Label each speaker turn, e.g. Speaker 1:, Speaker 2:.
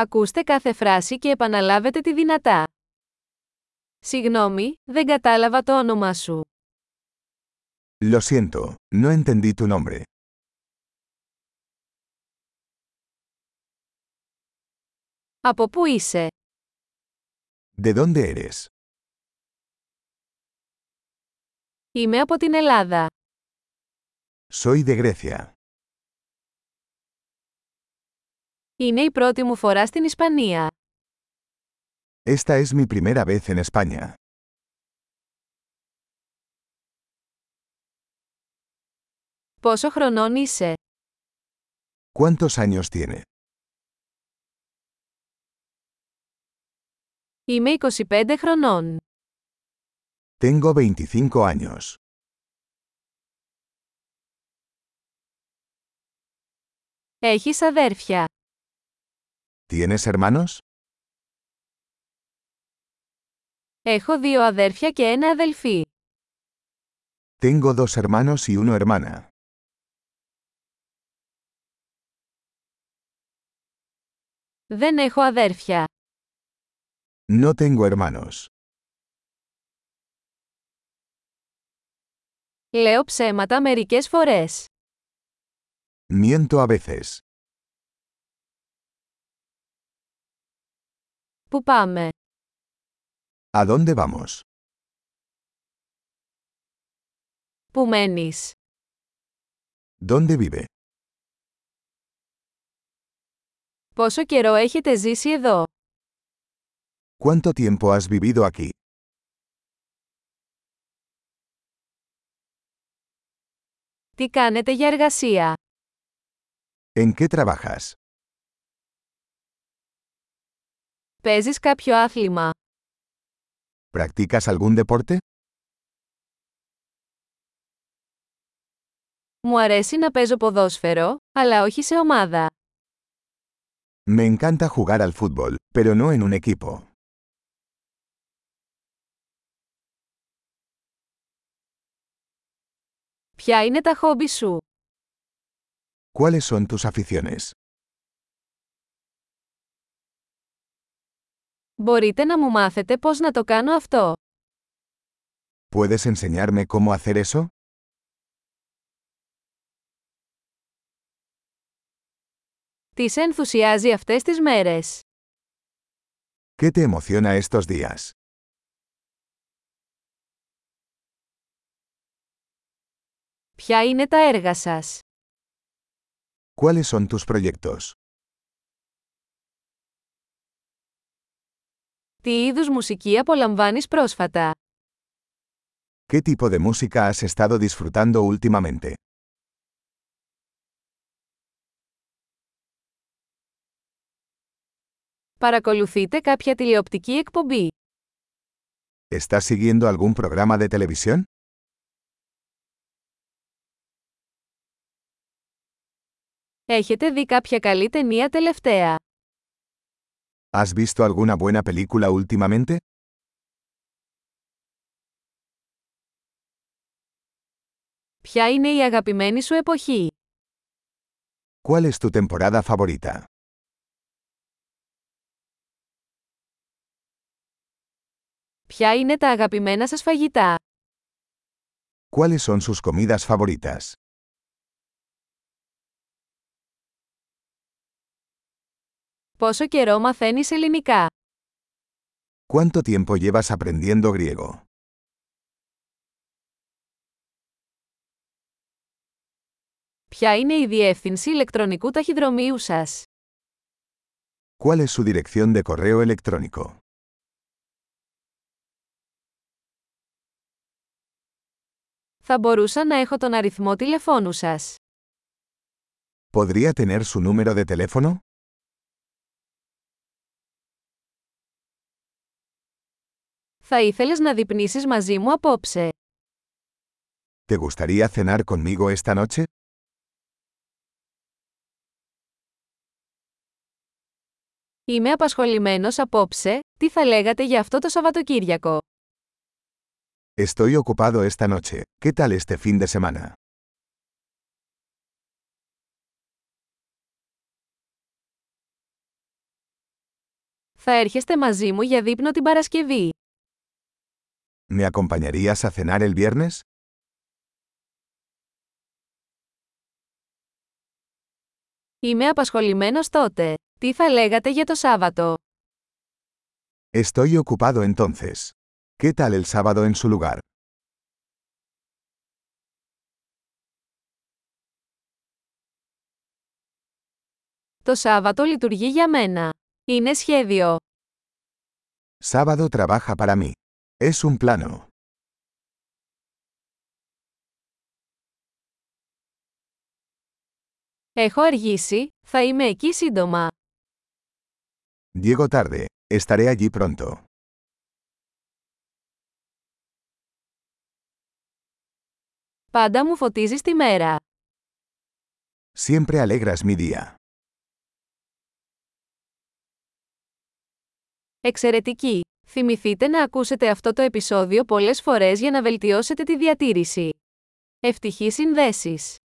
Speaker 1: Ακούστε κάθε φράση και επαναλάβετε τη δυνατά. Συγγνώμη, δεν κατάλαβα το όνομά σου.
Speaker 2: Lo siento, no entendí tu nombre.
Speaker 1: Από πού είσαι?
Speaker 2: ¿De dónde eres?
Speaker 1: Είμαι από την Ελλάδα.
Speaker 2: Soy de Grecia.
Speaker 1: Είναι η πρώτη μου φορά στην Ισπανία.
Speaker 2: Esta es mi primera vez en España.
Speaker 1: Πόσο χρονών είσαι?
Speaker 2: ¿Cuántos años tiene?
Speaker 1: Είμαι 25 χρονών.
Speaker 2: Tengo 25 años.
Speaker 1: Έχεις αδέρφια.
Speaker 2: ¿Tienes hermanos?
Speaker 1: Έχω δύο αδέρφια και ένα αδελφή.
Speaker 2: Tengo dos hermanos y una hermana.
Speaker 1: Δεν έχω αδέρφια.
Speaker 2: No tengo hermanos.
Speaker 1: Λέω ψέματα μερικές φορές.
Speaker 2: Miento a veces.
Speaker 1: Πού πάμε?
Speaker 2: ¿A dónde vamos?
Speaker 1: Πού μένεις?
Speaker 2: ¿Dónde vive?
Speaker 1: Πόσο καιρό έχετε ζήσει εδώ?
Speaker 2: ¿Cuánto tiempo has vivido aquí?
Speaker 1: Τι κάνετε για εργασία?
Speaker 2: ¿En qué trabajas?
Speaker 1: Παίζεις κάποιο άθλημα?
Speaker 2: ¿Practicas algún deporte?
Speaker 1: Μου αρέσει να παίζω ποδόσφαιρο, αλλά όχι σε ομάδα.
Speaker 2: Me encanta jugar al fútbol, pero no en un equipo.
Speaker 1: Ποια είναι τα χόμπι σου?
Speaker 2: ¿Cuáles son tus aficiones?
Speaker 1: Μπορείτε να μου μάθετε πώς να το κάνω αυτό.
Speaker 2: ¿Puedes enseñarme cómo hacer eso?
Speaker 1: Τις σε ενθουσιάζει αυτές τις μέρες?
Speaker 2: ¿Qué te emociona estos días?
Speaker 1: Ποια είναι τα έργα σας?
Speaker 2: ¿Cuáles son tus proyectos?
Speaker 1: Τι είδους μουσική απολαμβάνεις πρόσφατα?
Speaker 2: ¿Qué tipo de música has estado disfrutando últimamente?
Speaker 1: Παρακολουθείτε κάποια τηλεοπτική εκπομπή.
Speaker 2: ¿Estás siguiendo algún programa de televisión?
Speaker 1: Έχετε δει κάποια καλή ταινία τελευταία.
Speaker 2: ¿Has visto alguna buena película últimamente?
Speaker 1: Ποια είναι η αγαπημένη σου εποχή?
Speaker 2: ¿Cuál es tu temporada favorita?
Speaker 1: Ποια είναι τα αγαπημένα σας φαγητά?
Speaker 2: ¿Cuáles son sus comidas favoritas?
Speaker 1: Πόσο καιρό μαθαίνεις ελληνικά?
Speaker 2: ¿Cuánto tiempo llevas aprendiendo griego?
Speaker 1: Ποια είναι η διεύθυνση ηλεκτρονικού ταχυδρομείου σας?
Speaker 2: ¿Cuál es su dirección de correo electrónico?
Speaker 1: Θα μπορούσα να έχω τον αριθμό τηλεφώνου σας.
Speaker 2: ¿Podría tener su número de teléfono?
Speaker 1: Θα ήθελες να δειπνήσεις μαζί μου απόψε.
Speaker 2: ¿Te gustaría cenar conmigo esta noche?
Speaker 1: Είμαι απασχολημένος απόψε, τι θα λέγατε για αυτό το Σαββατοκύριακο.
Speaker 2: Estoy ocupado esta noche. ¿Qué tal este fin de semana?
Speaker 1: Θα έρχεστε μαζί μου για δείπνο την Παρασκευή.
Speaker 2: ¿Me acompañarías a cenar el viernes?
Speaker 1: Είμαι απασχολημένος τότε. Τι θα λέγατε για το Σάββατο.
Speaker 2: Estoy ocupado entonces. ¿Qué tal el sábado en su lugar?
Speaker 1: Το Σάββατο λειτουργεί για μένα. Είναι σχέδιο.
Speaker 2: Sábado trabaja para mí. Es un plano.
Speaker 1: Έχω αργήσει, θα είμαι εκεί σύντομα.
Speaker 2: Llego tarde. Estaré allí pronto.
Speaker 1: Πάντα μου φωτίζεις τη μέρα.
Speaker 2: Siempre alegras mi día.
Speaker 1: Εξαιρετική! Θυμηθείτε να ακούσετε αυτό το επεισόδιο πολλές φορές για να βελτιώσετε τη διατήρηση. Ευτυχή συνδέσεις!